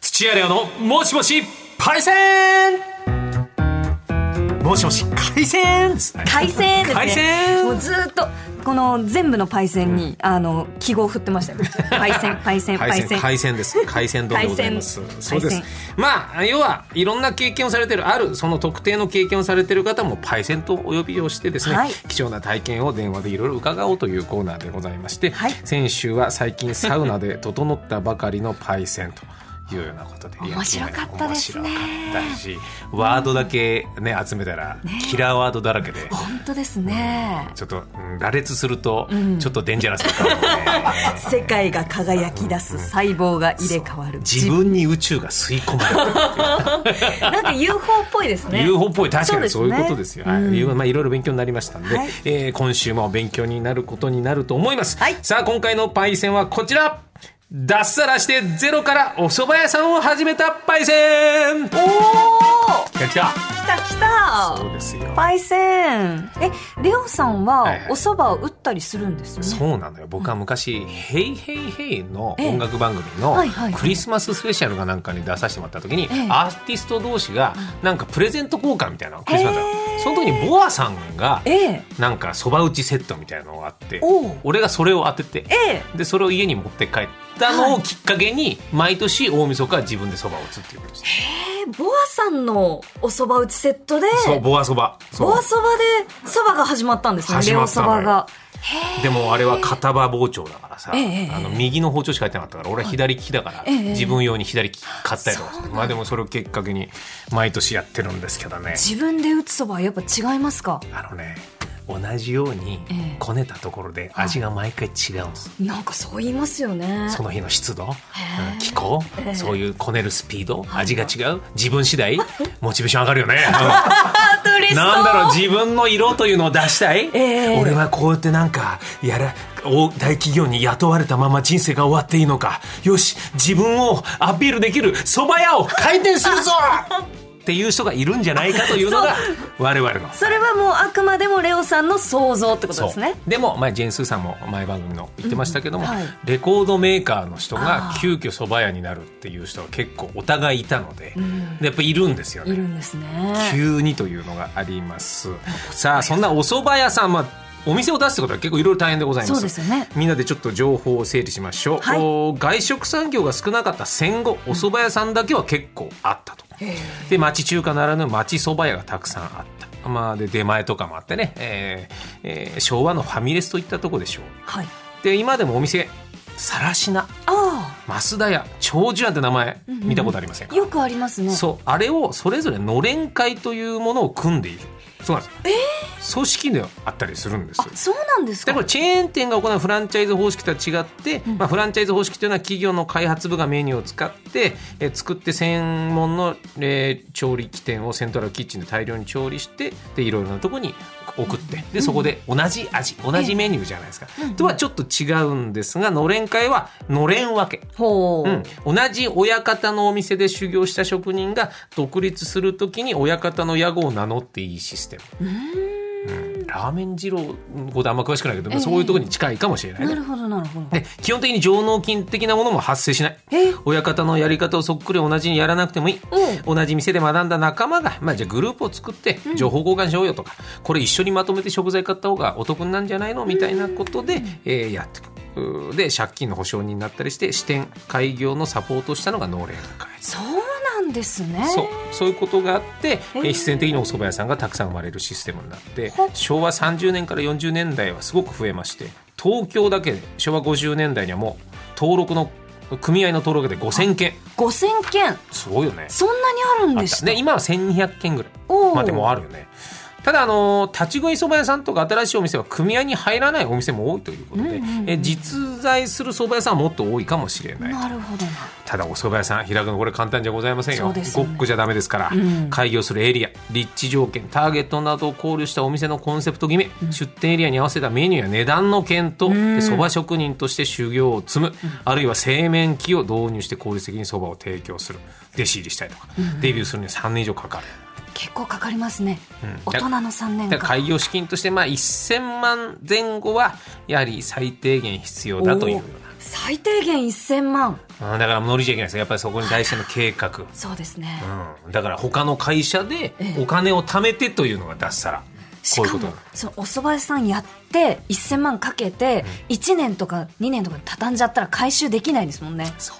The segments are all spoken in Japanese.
土屋レオのもしもしパイセンもしもし海鮮ですね海鮮ですね海鮮もうずーっとこの全部のパイセンに、あの記号を振ってましたよパイセンパイセンパ海イセ鮮ン海鮮 です海鮮丼でございます海鮮そうです海鮮まあ要はいろんな経験をされてるあるその特定の経験をされてる方もパイセンとお呼びをしてですね、はい貴重な体験を電話でいろいろ伺おうというコーナーでございまして、はい先週は最近サウナで整ったばかりのパイセンというようなことで 面白かったです面ね白かったしワードだけね集めたらキラーワードだらけで、本当ですねちょっと、うん羅列すると、んちょっとデンジャラスな感じ で世界が輝き出す細胞が入れ替わる自分に宇宙が吸い込まれるなんか UFO っぽいですね UFO っぽい確かにそそうういですねうことですよ。はい、いうまあいろいろ勉強になりましたんで、はいえー今週も勉強になることになると思います。はいさあ今回のパイセンはこちら。脱サラしてゼロからお蕎麦屋さんを始めたパイセン。おお来た来た。来た来たそうですよ。パイセンえレオさんははいはいお蕎麦を打ったりするんですよね、そうなのよ僕は昔「ヘイヘイヘイの音楽番組のはいはいクリスマススペシャルがなんかに出させてもらった時にええアーティスト同士がなんかプレゼント交換みたいなのクリスマスだへえその時にボアさんがええなんかそば打ちセットみたいなのがあっておう俺がそれを当ててええでそれを家に持って帰ったのをきっかけに毎年大晦日は自分でそばを打つっていうことですえボアさんのお蕎麦打ちセットでそうボアそばそうボアそばでそばが始まったんですね始レまオったそのよばがでもあれは片刃包丁だからさ、ええあの右の包丁しか入ってなかったから俺は左利きだから、ええ自分用に左利き買ったりとかしてまあでもそれをきっかけに毎年やってるんですけどね自分で打つそばはやっぱ違いますかあのね同じようにええこねたところで味が毎回違うんです、なんかそう言いますよねその日の湿度、えうん気候、ええそういうこねるスピード、味が違う自分次 第モチベーション上がるよね、あ嬉しそうなんだろう自分の色というのを出したい、ええ俺はこうやってなんかやら大大企業に雇われたまま人生が終わっていいのかよし自分をアピールできる蕎麦屋を開店する ぞっていう人がいるんじゃないかというのが我々の。それはもうあくまでもレオさんの想像ってことですねでも、まあ、ジェーン・スーさんも前番組の言ってましたけども、うんはいレコードメーカーの人があー急遽蕎麦屋になるっていう人が結構お互いいたので,、でやっぱいるんですよね。いるんですね急にというのがあります。さあ、そんなお蕎麦屋さん、まあお店を出すってことは結構いろいろ大変でございます。そうですよねみんなでちょっと情報を整理しましょう。はいお外食産業が少なかった戦後、お蕎麦屋さんだけは結構あったと。で、町中華ならぬ町蕎麦屋がたくさんあった。まあ、で、出前とかもあってね、えーえー昭和のファミレスといったとこでしょう。はいで、今でもお店、さらしな、あ増田屋、長寿屋って名前、見たことありませんか、あよくありますねそうあれをそれぞれのれん会というものを組んでいるそうなんです、組織であったりするんですあそうなんですでかこれチェーン店が行うフランチャイズ方式とは違って、まあ、フランチャイズ方式というのは企業の開発部がメニューを使って、えー作って専門の、えー調理器店をセントラルキッチンで大量に調理してでいろいろなとこに送ってでそこで同じ味同じメニューじゃないですか、とはちょっと違うんですがのれん会はのれん分けほう、うん、同じ親方のお店で修行した職人が独立するときに親方の屋号を名乗っていいシステム。うんラーメン二郎のことあんま詳しくないけど、まあええそういうところに近いかもしれないねなるほどなるほどで基本的に上納金的なものも発生しないえ親方のやり方をそっくり同じにやらなくてもいいお同じ店で学んだ仲間が、まあ、じゃあグループを作って情報交換しようよとか、これ一緒にまとめて食材買った方がお得なんじゃないのみたいなことで、えーやっていくうーで借金の保証人になったりして支店開業のサポートをしたのが農連会そうなんですねそうそういうことがあって、ええー、必然的にお蕎麦屋さんがたくさん生まれるシステムになってほっ昭和30年から40年代はすごく増えまして東京だけで昭和50年代にはもう登録の組合の登録で5000件5000件すごいよねそんなにあるんあでっしたたね今は1200件ぐらいおーまあでもあるよねただあのー立ち食いそば屋さんとか新しいお店は組合に入らないお店も多いということで、うんうんうんえ実在するそば屋さんはもっと多いかもしれないなるほどなただお蕎麦屋さん開くのこれ簡単じゃございませんそようですごよねっくじゃダメですから、うん開業するエリア立地条件ターゲットなどを考慮したお店のコンセプト決め、出店エリアに合わせたメニューや値段の検討うんでそば職人として修行を積む、あるいは製麺機を導入して効率的にそばを提供する弟子入りしたりとか、デビューするには3年以上かかる。結構かかりますね、ん大人の3年だから間開業資金としてまあ1000万前後はやはり最低限必要だというような最低限1000万うんだから乗りじゃいけないですよやっぱりそこに対しての計画、そうですね、うん、だから他の会社でお金を貯めてというのが脱サラしこういうかことなものそのお蕎麦屋さんやって1000万かけて1年とか2年とか畳んじゃったら回収できないですもんねそう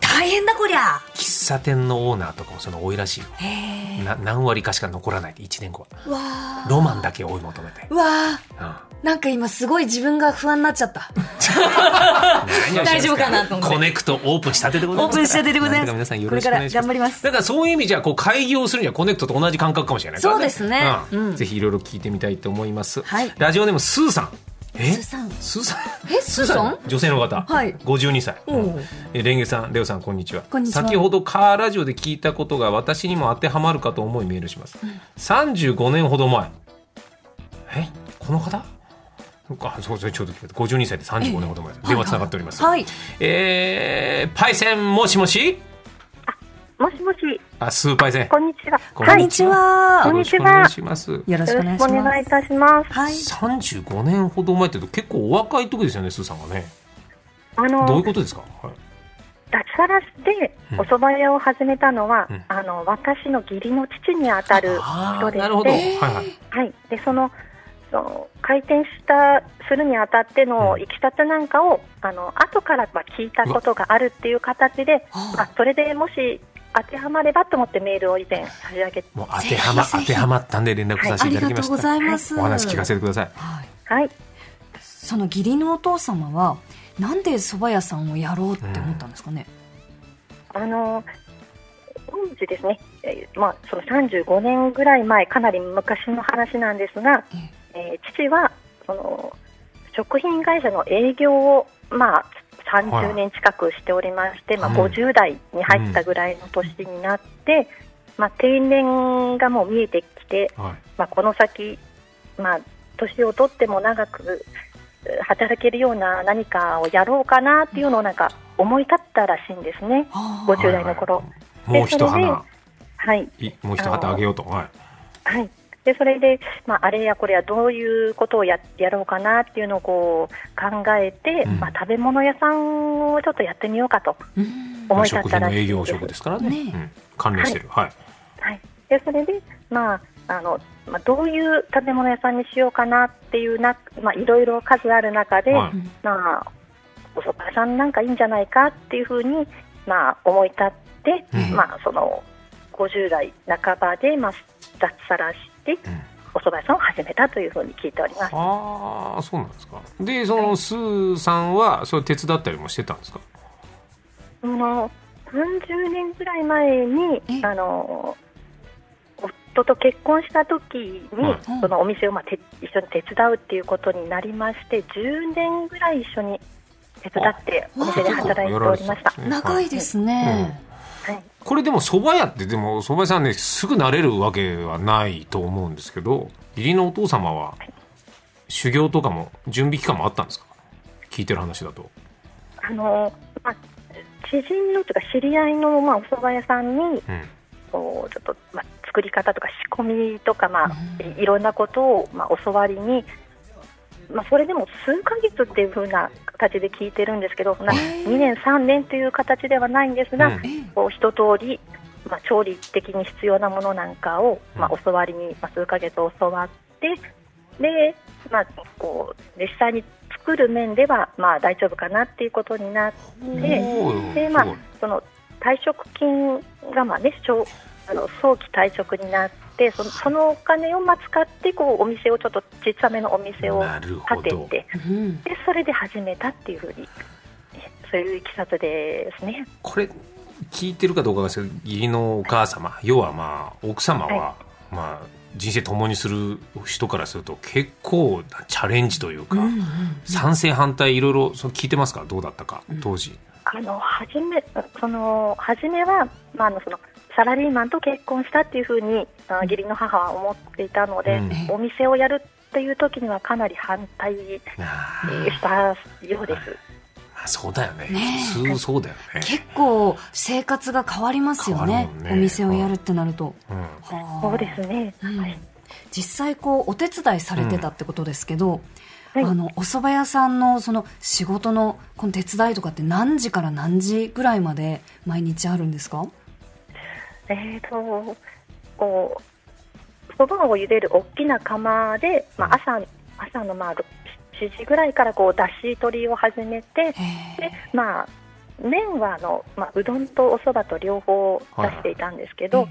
大変だこりゃ喫茶店のオーナーとかもその多いらしいよへえな何割かしか残らないって1年後はわあロマンだけ追い求めて、うわあうんなんか今すごい自分が不安になっちゃった大丈夫かなと思ってコネクトオープンしたてでございオまーすプンしたてでござないんとかま皆すさんよころれしくかお願らいしま頑す張りますだからそういう意味じゃこう会議をするにはコネクトと同じ感覚かもしれないから、そうですねうんうんぜひいろいろ聞いてみたいと思います、はいラジオネームスーさんえスーさ んスーさんえスーさん女性の方、はい52歳、おうえレンゲさんレオさんこんにちはこんにちは先ほどカーラジオで聞いたことが私にも当てはまるかと思いメールします、35年ほど前えこの方そっかそうそうちょうど聞いた52歳で35年ほど前電話つながっております、はいえーパイセンもしもしもしもし、あスーパイセンこんにちは。ここんにちはよこんろにしちくおは願いしますよろしくよおろ願しいくしお願いまいすたします。はい35年ほど前って結構お若い時ですよねスーさんがねあどういのう、ことですか、はい脱サラしてうんお蕎麦屋を始めたのは、うんあの、私の義理の父にあたるあ人ーでなるしほど、て、はいはいはい。で、その、その開店した、するにあたってうのんいきさつなんかを、あの、後からは聞いたことがあるっていう形で、はあ、それでもし当てはまればと思ってメールを以前差し上げて、もう当てはまぜひぜ当ひてはまったんで連絡させてあいりただきまがとうしごた、ざいますお話聞かせてくださいはいはい。その義理のお父様はなんで蕎麦屋さんをやろうって思ったんですかね、あの当時ですね、えーまあ、その35年ぐらい前、かなり昔の話なんですが、えー父はその食品会社の営業を、まあ、30年近くしておりまして、まあ、うん50代に入ったぐらいの年になって、まあ、定年がもう見えてきて、はいまあ、この先、まあ、年を取っても長くえー働けるような何かをやろうかなっていうのをなんか思い立ったらしいんですね。あ50ー代の頃はいはいもう一でそれ花はいいもう一旗あげようとはいはい、でそれで、まあ、あれやこれやどういうことをややろうかなっていうのをこう考えて、うんまあ、食べ物屋さんをちょっとやってみようかとうん思い立食った品らのし営いん業です職ですからねねうん、関連してるはい、はい、でそれで、まああのまあ、どういう食べ物屋さんにしようかなっていうな、まあ、いろいろ数ある中で、はいうんまあ、お蕎麦屋さんなんかいいんじゃないかっていうふうに、まあ、思い立って、うんまあ、その50代半ばで、まあ、脱サラしてうんお蕎麦屋さんを始めたというふうに聞いております。ああそうなんですかでそのスーさんはそれ手伝ったりもしてたんですかあの30年ぐらい前にえあの夫と結婚した時に、はいそのお店を、まあ、て一緒に手伝うっていうことになりまして10年ぐらい一緒に手伝ってあお店で働いておりまし結構やられてたたんですね長いですね、はい、これでも蕎麦屋ってでも蕎麦屋さんねすぐ慣れるわけはないと思うんですけど義理のお父様は修行とかも準備期間もあったんですか聞いてる話だとあの、まあ、知人のというか知り合いの、まあ、お蕎麦屋さんにうんこうちょっと、まあ、作り方とか仕込みとか、まあ、ういいろんなことを、まあ、教わりに、まあ、それでも数ヶ月っていうふうな形で聞いてるんですけど、なえー2年、3年という形ではないんですが、うんええこう一通り、まあ、調理的に必要なものなんかを、まうあ、教わりに、まあ、数ヶ月教わってで、まあ、こう実際に作る面では、まあ、大丈夫かなっていうことになっておーで、ますあごい、その退職金がまあ、ね、しょうあの早期退職になってそのそのお金をまあ使ってこうお店をちょっと小さめのお店をなるほ建てどてうんでそれで始めたっていうふうにえそういういきさつですね。これ聞いてるかどうかがですけど義理のお母様要はまあ奥様は、はまあ人生共にする人からすると結構なチャレンジというか、うんうん賛成反対いろいろその聞いてますかどうだったか当時、あの初めその初めは、まあ、あのそのサラリーマンと結婚したっていうふうにあ義理の母は思っていたので、うんお店をやるっていう時にはかなり反対えあーしたようです。あそうだよねねえ普通そうだよね、結構生活が変わりますよ変わねるもんねお店をやるってなると、うん、はあそうですね、うんはい実際こうお手伝いされてたってことですけど、はいあのお蕎麦屋さんのその仕事のこの手伝いとかって何時から何時ぐらいまで毎日あるんですか？えーとこうそばを茹でる大きな釜で、まあ、朝朝のまあろ7時ぐらいからこうだし取りを始めてへで、まあ、麺はあの、まあ、うどんとおそばと両方出していたんですけど、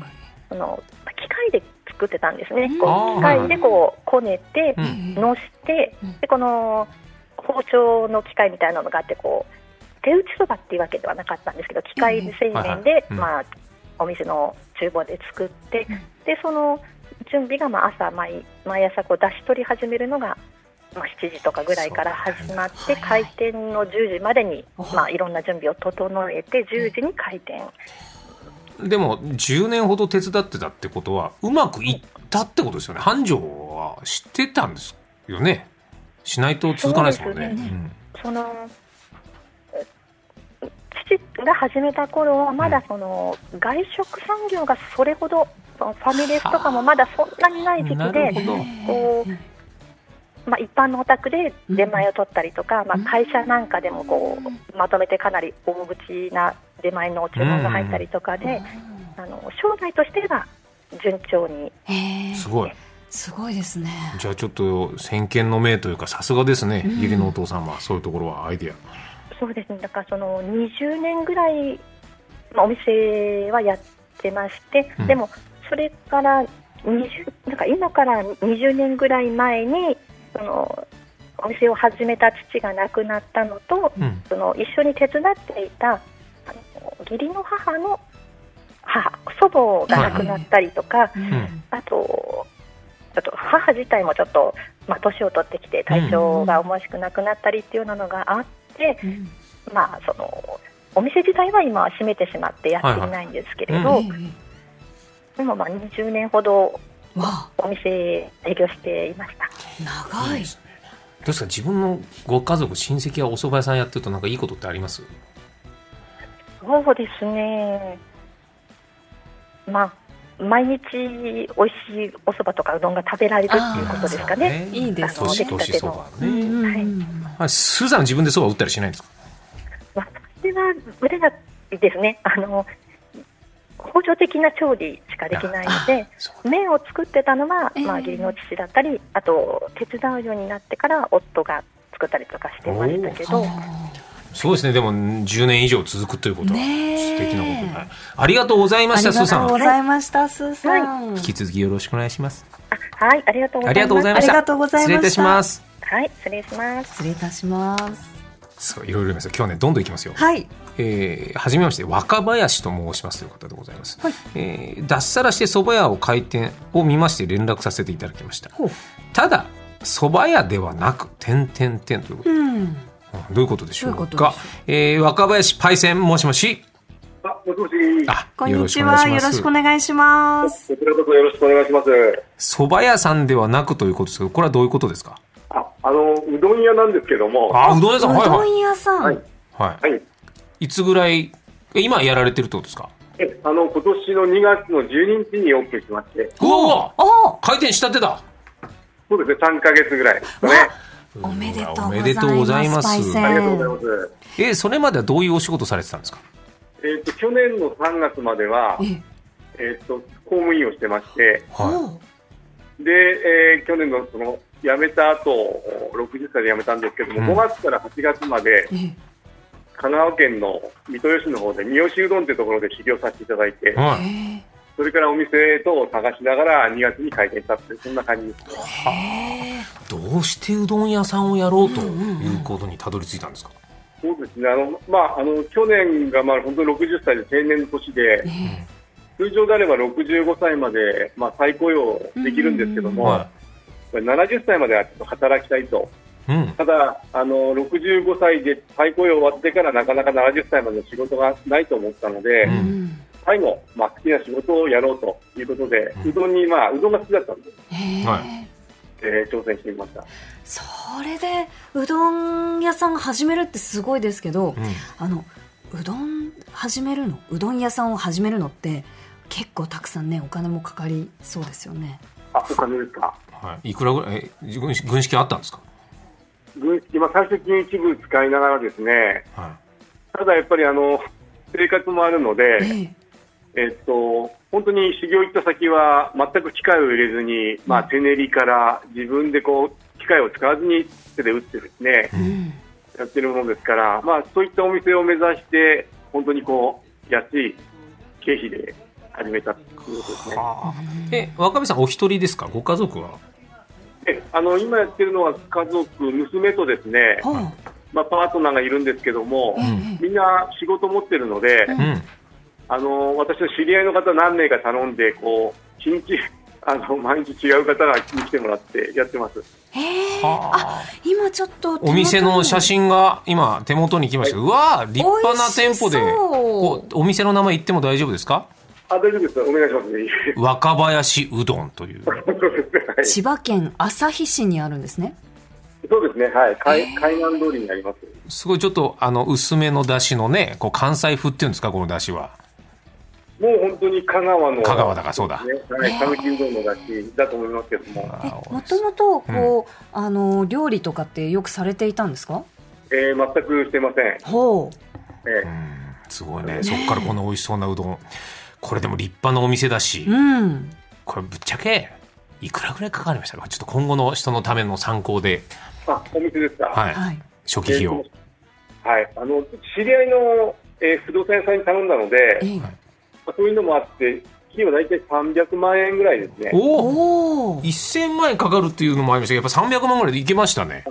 そのまあ機械で作ってたんですね、うんあこーう機械でこうこねて、うんえのしてうんでこの包丁の機械みたいなのがあってこう手打ちそばっていうわけではなかったんですけど機械製麺で、うんまあ、お店の厨房で作って、うんでその準備がまあ朝毎毎朝こう出し取り始めるのが、まあ、7時とかぐらいから始まっそうてなんだはい開はい店の10時までに、おまあ、いろんな準備を整えて10時に開店。でも10年ほど手伝ってたってことはうまくいったってことですよね繁盛は知ってたんですよねしないと続かないですもんねそうですねうんそのえ父が始めた頃はまだその外食産業がそれほどそのファミレスとかもまだそんなにない時な期るほで、どこまあ、一般のお宅で出前を取ったりとか、まあ、うん会社なんかでもこうまとめてかなり大口な出前の注文が入ったりとかで、あの将来としては順調にへえすごいすごいですね。じゃあちょっと先見の明というかさすがですねうん義理のお父さんはそういうところはアイディアそうですね、だからその20年ぐらい、まあ、お店はやってまして、うんでもそれから20なんか今から20年ぐらい前にそのお店を始めた父が亡くなったのとうんその一緒に手伝っていたあの義理の母の母祖母が亡くなったりとか、んあとあと母自体もちょっと、まあ、年を取ってきて体調が思わしくなくなったりっていうようなのがあって。うんまあ、そのお店自体は今は閉めてしまってやっていないんですけれど、はええでもまあ20年ほどわお店営業していました。あ長いいいで。すねどうですか自分のご家族親戚がお蕎麦屋さんやってるとなんかいいことってありますそうですね、まあ、毎日おいしいお蕎麦とかうどんが食べられるっていうことですかね。いいですね年年そばうんねうんうんはいはいスーさんは自分でそば打ったりしないんですか私は売れないですね。あの補助的な調理しかできないので、そう麺を作ってたのは、ええまあ、義理の父だったりあと手伝うようになってから夫が作ったりとかしてましたけどあそうですね。でも10年以上続くということはねえ素敵なことだ。ありがとうございまあした、りスーがさとうんご。ざいました、スーさん。引き続きよろしくお願いします。あはいありがとうございますありがとうございました。ありがとうございま失した礼いたします。はい失礼します失礼いたします。そういろいろ言いますよ今日ねどんどんいきますよ。はい。えー、はじめまして若林と申しますという方でございます、はいえー脱サラして蕎麦屋を開店を見まして連絡させていただきましたほう。ただ蕎麦屋ではなく点点点ということ、うん。どういうことでしょうどういうことかでしょえー若林パイセンもしもしあ、もしもし。あこんにちは。よろしくお願いします。こちらこそよろしくお願いします。蕎麦屋さんではなくということですけど、これはどういうことですか。あ、あの、うどん屋なんですけども。はあ、うどん屋うさん、はいどはい。ん屋さん。はい。はいい。いつぐらい、え今やられてるってことですか。えあの、今年の2月の12日にオープンしまして、うわ、お回転したてだ。そうですね、3ヶ月ぐらいですかね。おめでとうございますおめでとうございますパイセンありがとうございます。え、それまではどういうお仕事されてたんですか。えっ、と、去年の3月までは、ええっ、と、公務員をしてまして、はおで、えー去年のその、辞めた後、60歳で辞めたんですけども、うん5月から8月まで、え神奈川県の三豊市の方で、三好うどんというところで修行させていただいてい。、はい。えそれからお店等を探しながら2月に開店したって、そんな感じです。えどうしてうどん屋さんをやろうということにたどり着いたんですか。そうですね、あのまあ、あの去年がまあ本当に60歳で定年の年で、え通常であれば65歳まで、まあ、再雇用できるんですけども、はこれ70歳まではちょっと働きたいと、い。うん。ただあの、65歳で再雇用終わってから、なかなか70歳までの仕事がないと思ったので、うんうん最後、まあ、好きな仕事をやろうということで、うんうどんに、まあ、うどんが好きだったんで、えはええー挑戦してみました。それでうどん屋さん始めるってすごいですけどうん。あのうどん始めるのうどん屋さんを始めるのって結構たくさんねお金もかかりそうですよねあ、お金ですかはい。いくらぐらい、え、軍資軍資金あったんですか。軍資金、まあ、最終的に一部使いながらですね、はただやっぱりあの生活もあるのえで、ええっと、本当に修行行った先は全く機械を入れずに、まあ、手練りから自分でこう機械を使わずに手で打ってですね、うんやってるものですから、まあ、そういったお店を目指して、本当にこう安い経費で始めたっていうことですいね。はあえ若部さんお一人ですかご家族はであの今やってるのは家族、娘とですね、ほうまあ、パートナーがいるんですけどもえ、えみんな仕事持ってるので、うんうんあの私の知り合いの方何名か頼んで、こう一日 あの毎日違う方が来てもらってやってます。ええあはあ今ちょっと手元にお店の写真が今手元に来ましたうわー立派な店舗で美味しそうこうお店の名前言っても大丈夫ですかあ大丈夫です、お願いします、 ね。若林うどんというはい千葉県旭市にあるんですねそうですね、はい、海海南通りにあります。すごいちょっとあの薄めの出汁のねこう関西風っていうんですかこの出汁はもう本当に香川の香川だからそうだね、はい、ね讃岐うどんのだしだと思いますけども、あえーもともとこう、あの料理とかってよくされていたんですかえー、全くしてません。ほうえーうんすごいねそっからこんな美味しそうなうどんこれでも立派なお店だしうんこれぶっちゃけいくらぐらいかかりましたかちょっと今後の人のための参考で、あ、お店ですか。い。はい、はい初期費用、はい、あの知り合いの、えー不動産屋さんに頼んだのえで、えはいまあそういうのもあって、費用大体300万円ぐらいですね。おおおお1000万円かかるっていうのもありましたけどやっぱ300万ぐらいでいけましたね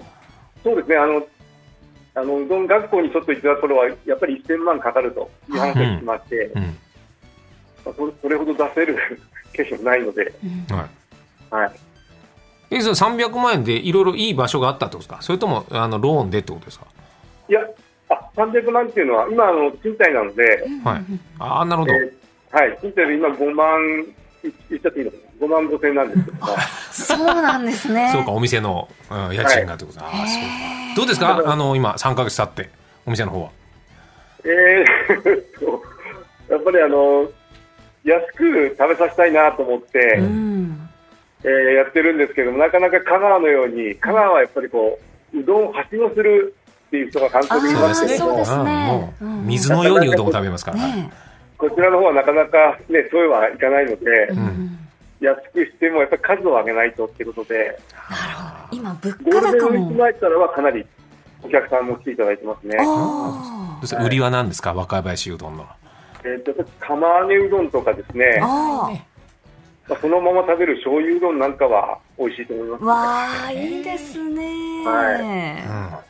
そうですね、あの。あのうどん学校にちょっと行ってた頃は、やっぱり1000万かかるという話がしまして、うんまあ、それそれほど出せる 経費もないので、はいはい、えそれ300万円でいろいろいい場所があったってことですかそれともあのローンでってことですか、いやあ、300万っていうのは、今、あの賃貸なので、はいああなるほど、えーはい、インタビュー今5万、い言っちゃっていいのかな、5万5千なんですけど、そうなんですねそうかお店の、うん、家賃がってことだ、ああそうかどうですかあの今3か月経ってお店の方はえー そうやっぱりあの、安く食べさせたいなと思って、うんえーやってるんですけども、なかなか香川のように、香川はやっぱりこう、うどんをはしごするっていう人が関東でいあーますけどそうでも、すねううんんもううん水のようにうどんを食べますから、ねこちらの方はなかなかね、そうはいかないので、え、うん安くしてもやっぱり数を上げないとってことで、なるほど今物ゴー価ルデンウ高ィークも前からはかなりお客さんも来ていただいてますね。あそして売りは何ですか若林うどんのえー、と釜揚げうどんとかですねー、あまあ、そのまま食べる醤油うどんなんかは美味しいと思いますーわあいいですね、は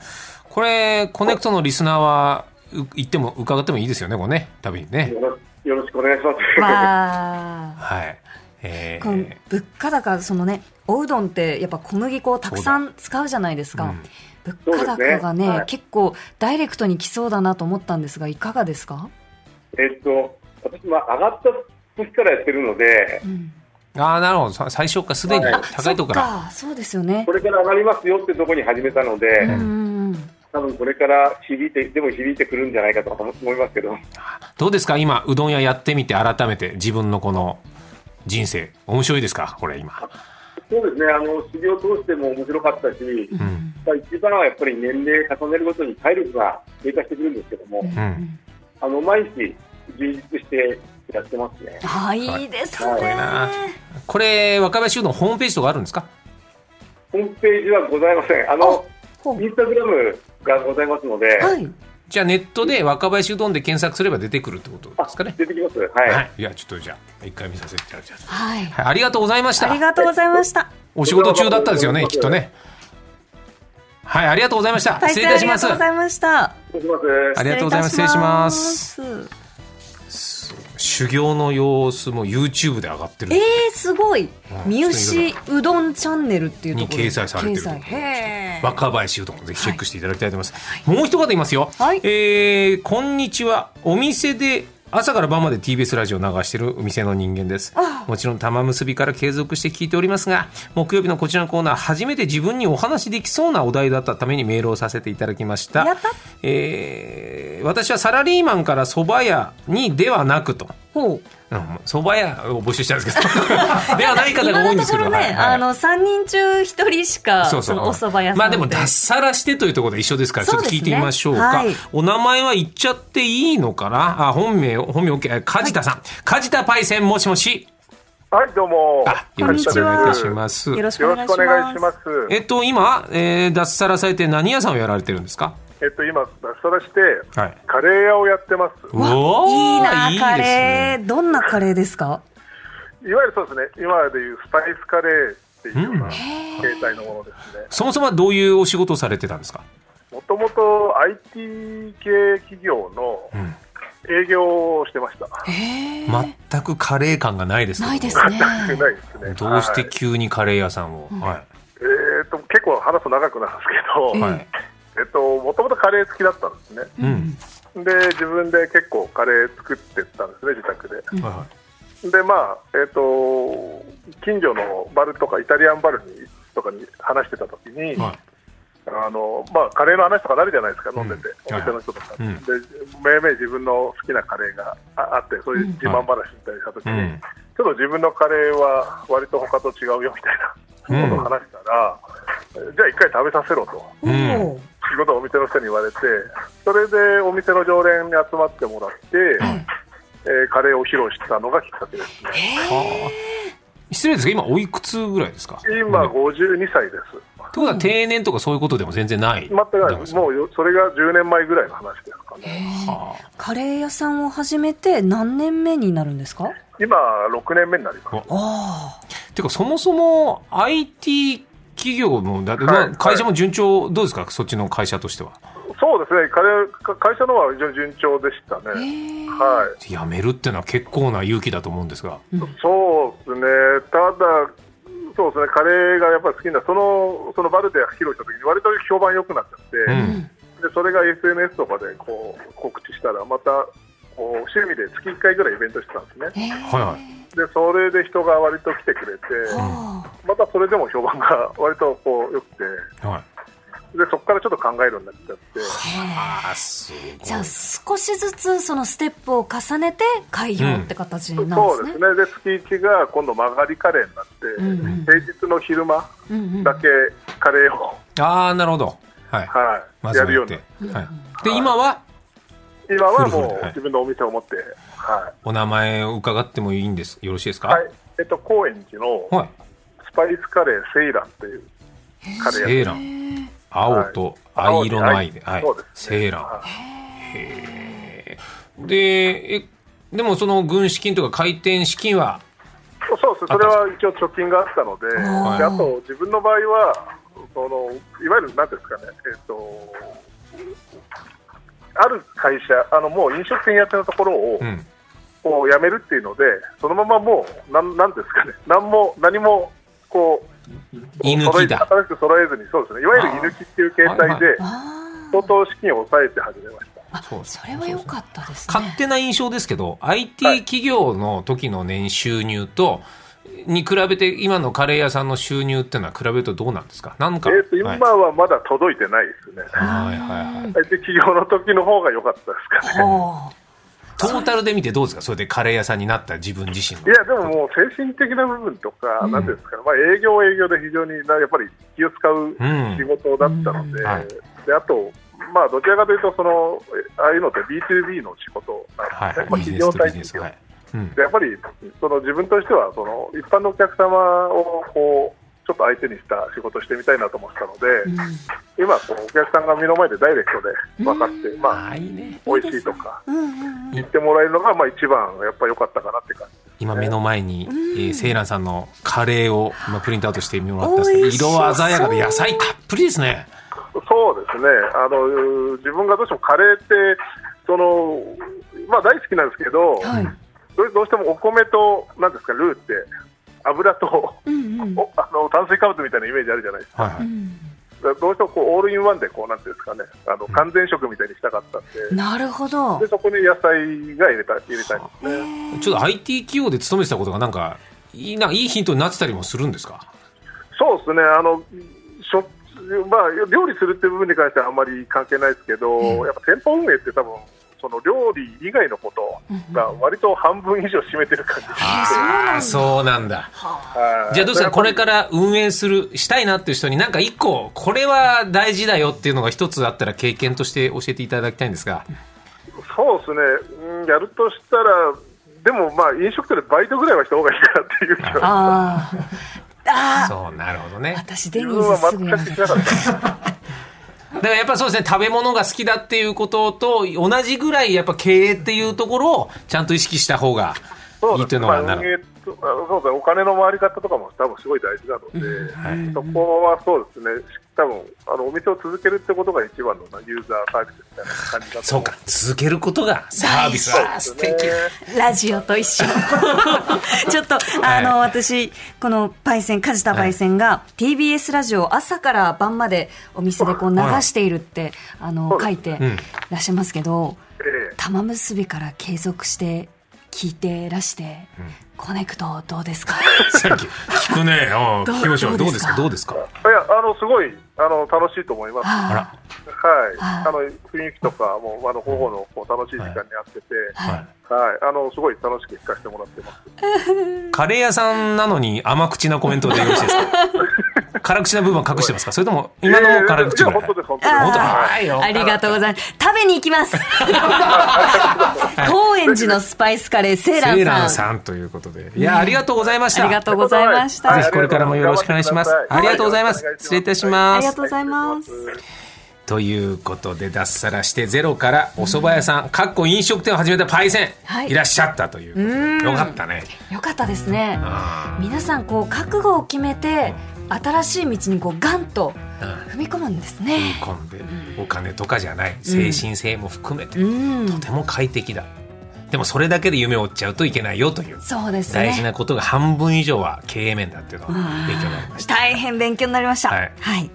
これコネクトのリスナーはう行っても伺ってもいいですよねこれね旅にねよろ。よろしくお願いします。わ あはいえーこの物価高そのねおうどんってやっぱ小麦粉をたくさん使うじゃないですか、うん物価高がねそうですねはい結構ダイレクトに来そうだなと思ったんですがいかがですか、 えっと、私、まあ、上がった時からやってるので、うん、ああなるほどさ最初からすでにはい高いとこからそっかそうですよねこれから上がりますよってとこに始めたので、うんうんうん多分これから響いて、でも響いてくるんじゃないかと思いますけど、どうですか今うどん屋やってみて改めて自分のこの人生面白いですかこれ今、そうですね、あの、修行通しても面白かったし、うんうんまあ一番はやっぱり年齢重ねるごとに体力が低下してくるんですけども、んあの、毎日充実してやってますね。はいいいですかっこいいねなこれ若林うどんホームページとかあるんですかホームページはございません。あの、ほうインスタグラムがございますので、はいじゃあネットで若林うどんで検索すれば出てくるってことですかね出てきます。はい。はい、いやちょっとじゃあ一回見させていただきます、はいはい、ありがとうございましたありがとうございましたお仕事中だったですよねきっとねはいありがとうございました大失礼いた変あしりまがすとうございました失礼します。ありがとうございます失礼します失礼いたします修行の様子も YouTube で上がってるえー、すごいうん三好うどんチャンネルっていうところに掲載されてる掲載へー若林うどんぜひチェックしていただきたいと思います、もう一方いますよ、はいえーこんにちはお店で朝から晩まで TBS ラジオを流しているお店の人間ですああもちろん玉結びから継続して聞いておりますが木曜日のこちらのコーナー初めて自分にお話しできそうなお題だったためにメールをさせていただきましたやったえー私はサラリーマンから蕎麦屋にではなくとほううん蕎麦屋を募集したんですけ どではない方が多いんですけど今のところね、はいはいあの3人中一人しかそのお蕎麦屋さんまあでもで脱サラしてというところで一緒ですからちょっと聞いてみましょうかそうですねお名前は言っちゃっていいのかなあ本名本名 OK 梶田さん、梶田パイセンもしもしはい、どうも。あよろしくお願いいたしますよろしくよおろ願しいしくまおす願いします。えっと今、えー脱サラされて何屋さんをやられてるんですかえっと、今、脱サラして、はいカレー屋をやってます。うおーいいなですねカレーどんなカレーですかいわゆるそうですね、今でいうスパイスカレーっていうような形態のものですね。そもそもはどういうお仕事をされてたんですかもともと IT 系企業のん営業をしてました。えー全くカレー感がないですけどないですね ないですね。どうしはてい急にカレー屋さんを、はえっと、結構話すと長くなるんですいけど、はい、えっと、もともとカレー好きだったんですね。うん、で、自分で結構カレー作ってったんですね、自宅で。はいはいでまあえっ、と近所のバルとかイタリアンバルにとかに話してた時に、はあのまあカレーの話とかなるじゃないですか飲んでて、うんお店の人とか、うんでめいめい自分の好きなカレーがああってそういう自慢話みたいした時うに、んちょっと自分のカレーは割と他と違うよみたいなうんことを話したら、じゃあ一回食べさせろと。うんおーいうことをお店の人に言われて、それでお店の常連に集まってもらって、えーカレーを披露したのがきっかけですね。はあ失礼ですが今おいくつぐらいですか今ってこ52歳です。とは定年とかそういうことでも全然ない全くないでですす。かもうよそれが10年前ぐらいの話ですかね。はカレー屋さんを始めて何年目になるんですか今6年目になります。ああてかそもそも IT 企業もだって、はいまあ、会社も順調どうですかそっちの会社としてはそうですね。カレーか会社の方は非常に順調でしたあね。えーはい。辞めるっていうのは結構な勇気だと思うんですがそうですね。ただそうですね。カレーがやっぱり好きなそのそのバルで披露した時に割と評判良くなっちゃって、うんでそれが SNS とかでこう告知したらまた。こう趣味で月1回ぐらいイベントしてたんですねえーはいはいでそれで人が割と来てくれてはあまたそれでも評判が 割とこう良くてはいでそこからちょっと考えるようになっちゃって、あーすごいじゃあ少しずつそのステップを重ねて開業って形になそるんでうすね。ですね、で月1が今度、曲がりカレーになって、うんうん平日の昼間うんうんだけカレーを、ああなるほどはいはまい、ずやはるやよっうにてなっはて、いで今は今はフルフもルうはい自分のお店を持って、はお名前を伺ってもいいんですよろしいですいかはいえっと、高円寺のはいスパイスカレーセイランというカレーセ屋ーラン青と藍色の藍で、ははいいそうですねセーラン、はへーでえでもその軍資金とか回転資金はそうですね、それは一応貯金があったので、ーであと自分の場合は、そのいわゆるなんていうんですかね、えっと、ある会社、あのもう飲食店やってるところを、うんを辞めるっていうので、そのままもう、なんなんですかね、なんも、何も、こう、居抜きだ揃え新しく揃えずに、そうですね、いわゆる居抜きっていう形態で、あ相当資金を抑えて始めました。あそうそれは良かったですね。勝手な印象ですけど IT 企業の時の年収入と、に比べて今のカレー屋さんの収入っていうのは比べるとどうなんですかなんか、えっと、今はいはまだ届いてないですね。はいはいはい相手企業の時の方が良かったですかね。はトータルで見てどうですかそれでカレー屋さんになった自分自身のいや、でももう精神的な部分とか、うんなんていうんですかね、まあ、営業は営業で非常にな、やっぱり気を使ううん仕事だったのうで、んはいであと、まあ、どちらかというとその、えああいうのって B2B の仕事はなんいですね、はいまあ、ビジ企ネス業とビ対ジネス企業。はい、うんでやっぱりその自分としてはその一般のお客様をこうちょっと相手にした仕事をしてみたいなと思ってたので、今こうお客さんが目の前でダイレクトで分かって、まあ、あーいいね美味しいとかうんうんうん言ってもらえるのがまあ一番やっぱ良かったかなって感じ今目の前に、えー、セイランさんのカレーを今プリントアウトしてもらったん美で味すしけそどう色鮮やかで野菜たっぷりですねそうですねあの自分がどうしてもカレーってその、まあ、大好きなんですけど、はい。どどうしてもお米となんですかルーって油とうんうんおあの炭水化物みたいなイメージあるじゃないですかはいうんはだからどうしてもこうオールインワンでこうなんていうんですかねあの完全食みたいにしたかったんで,、なるほどで。そこに野菜が入れた入れたいんですねいちょっと IT 企業で勤めてたことがなんかいいないいヒントになってたりもするんですかそうですねあのしょまあ料理するっていう部分に関してはあんまり関係ないですけど、やっぱ店舗運営って多分その料理以外のことが割と半分以上占めてる感じです、ああそうなんだはいじゃあどうですかこれからら運営するしたいなっていう人になんか一個これは大事だよっていうのが一つあったら経験として教えていただきたいんですがそうですね、うんやるとしたら、でもまあ飲食店でバイトぐらいはした方がいいかなっていう気があーあーそうなるほどね私デ自ニ分ーズはすぐや全くらしなかった。だからやっぱそうですね食べ物が好きだっていうことと同じぐらいやっぱ経営っていうところをちゃんと意識した方がいそういでっていすうねのまあが運なる営とあそうだお金の回り方とかも多分すごい大事なので、そこはそうですね、多分あのお店を続けるってことが一番のユーザーサービスみたいな感じだと思そうか続けることがサービス大だそう素ですね敵ラジオと一 緒。ちょっと、あの、私、このパイセン、梶田パイセンが、TBS ラジオを朝から晩までお店でこう流しているって、あの、書いてうんらっしゃいますけど、ええ玉結びから継続して聞いてらして、コネクトどうですかさっき聞くねうんどう聞きましょうどどううでですすかかどうですかいやあのすごいあの楽しいと思います。ああらはい、ああの雰囲気とかもあの頬のこう楽しい時間に合ってて、ははい、あのすごい楽しく聞かせてもらってます。いカレー屋さんなのに甘口なコメントでよろしいですか辛口な部分隠してますかそれとも今のも辛口いやぐらい本当です本当です。あー本当はいはいよありがとうございます。食べに行き ます高円寺のスパイスカレー、セーランさん。セーランさんということでいやありがとうございましたありがとうございました。はぜひこれからもよろしくお願いしますはいありがとうございますはい失礼いたしあまりすがとうございます。ということで脱サラしてゼロからお蕎麦屋さん、かっこ飲食店を始めたパイセン、はいい、らっしゃったということでよかったねよかったですね。あ皆さんこう覚悟を決めて新しい道にこうガンとーうん踏み込むんですね。込んでお金とかじゃない精神性も含めて、うん、とても快適だでもそれだけで夢を追っちゃうといけないよというそうです大事ね。なことが半分以上は経営面だっていうのが勉強になりました、大変勉強になりました。ははいい。はい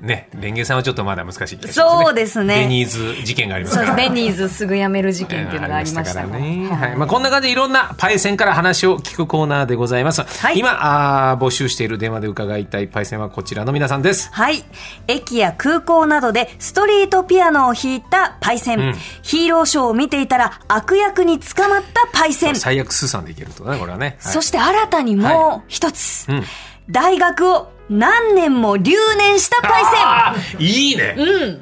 ねレンゲさんはちょっとまだ難しい気がしますねそうですねデニーズ事件がありますそうかでらす。ベニーズすぐ辞める事件っていうのがありましかたらがね。ははいい。まあこんな感じでいろんなパイセンから話を聞くコーナーでございます。はい今あー募集している電話で伺いたいパイセンはこちらの皆さんです。はい。駅や空港などでストリートピアノを弾いたパイセン。うんヒーローショーを見ていたら悪役に捕まったパイセン。最悪スーさんでいけるとねこれはね。はいそして新たにもう一つ、うん大学を何年も留年したパイセン。あーいいね。うん。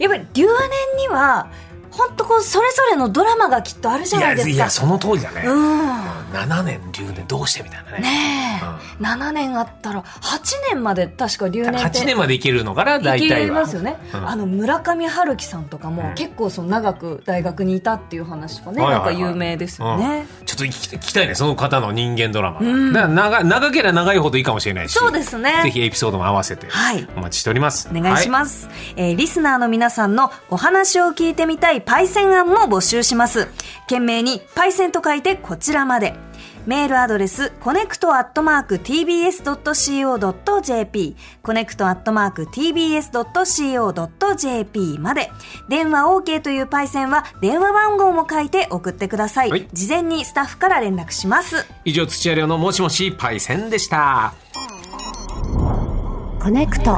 やっぱり留年には、本当こう、それぞれのドラマがきっとあるじゃいなやいですか。いやその通りだね。うん。 7年留年どうしてみたいなね。ねうえ、7年あったら、8年まで確か留年って。 8年までいけるのかな大い体けまは。すよね、うんあの村上春樹さんとかも、うん結構その長く大学にいたっていう話とかね、はいなはんいかはい有名ですよね、うんちょっと聞き聞きたいねその方の人間ドラマが、うんだから長長ければ長いほどいいかもしれないしそうですねぜひエピソードも合わせてはいお待ちしております、お願いしす、ます、えーリスナーの皆さんのお話を聞いてみたいパイセン案も募集します懸命にパイセンと書いてこちらまでメールアドレス、コネクトアットマーク tbs.co.jp、コネクトアットマーク tbs.co.jp まで、電話 OK というパイセンは、電話番号も書いて送ってください。はい事前にスタッフから連絡します。以上土屋亮のもしもしパイセンでしたコネクト。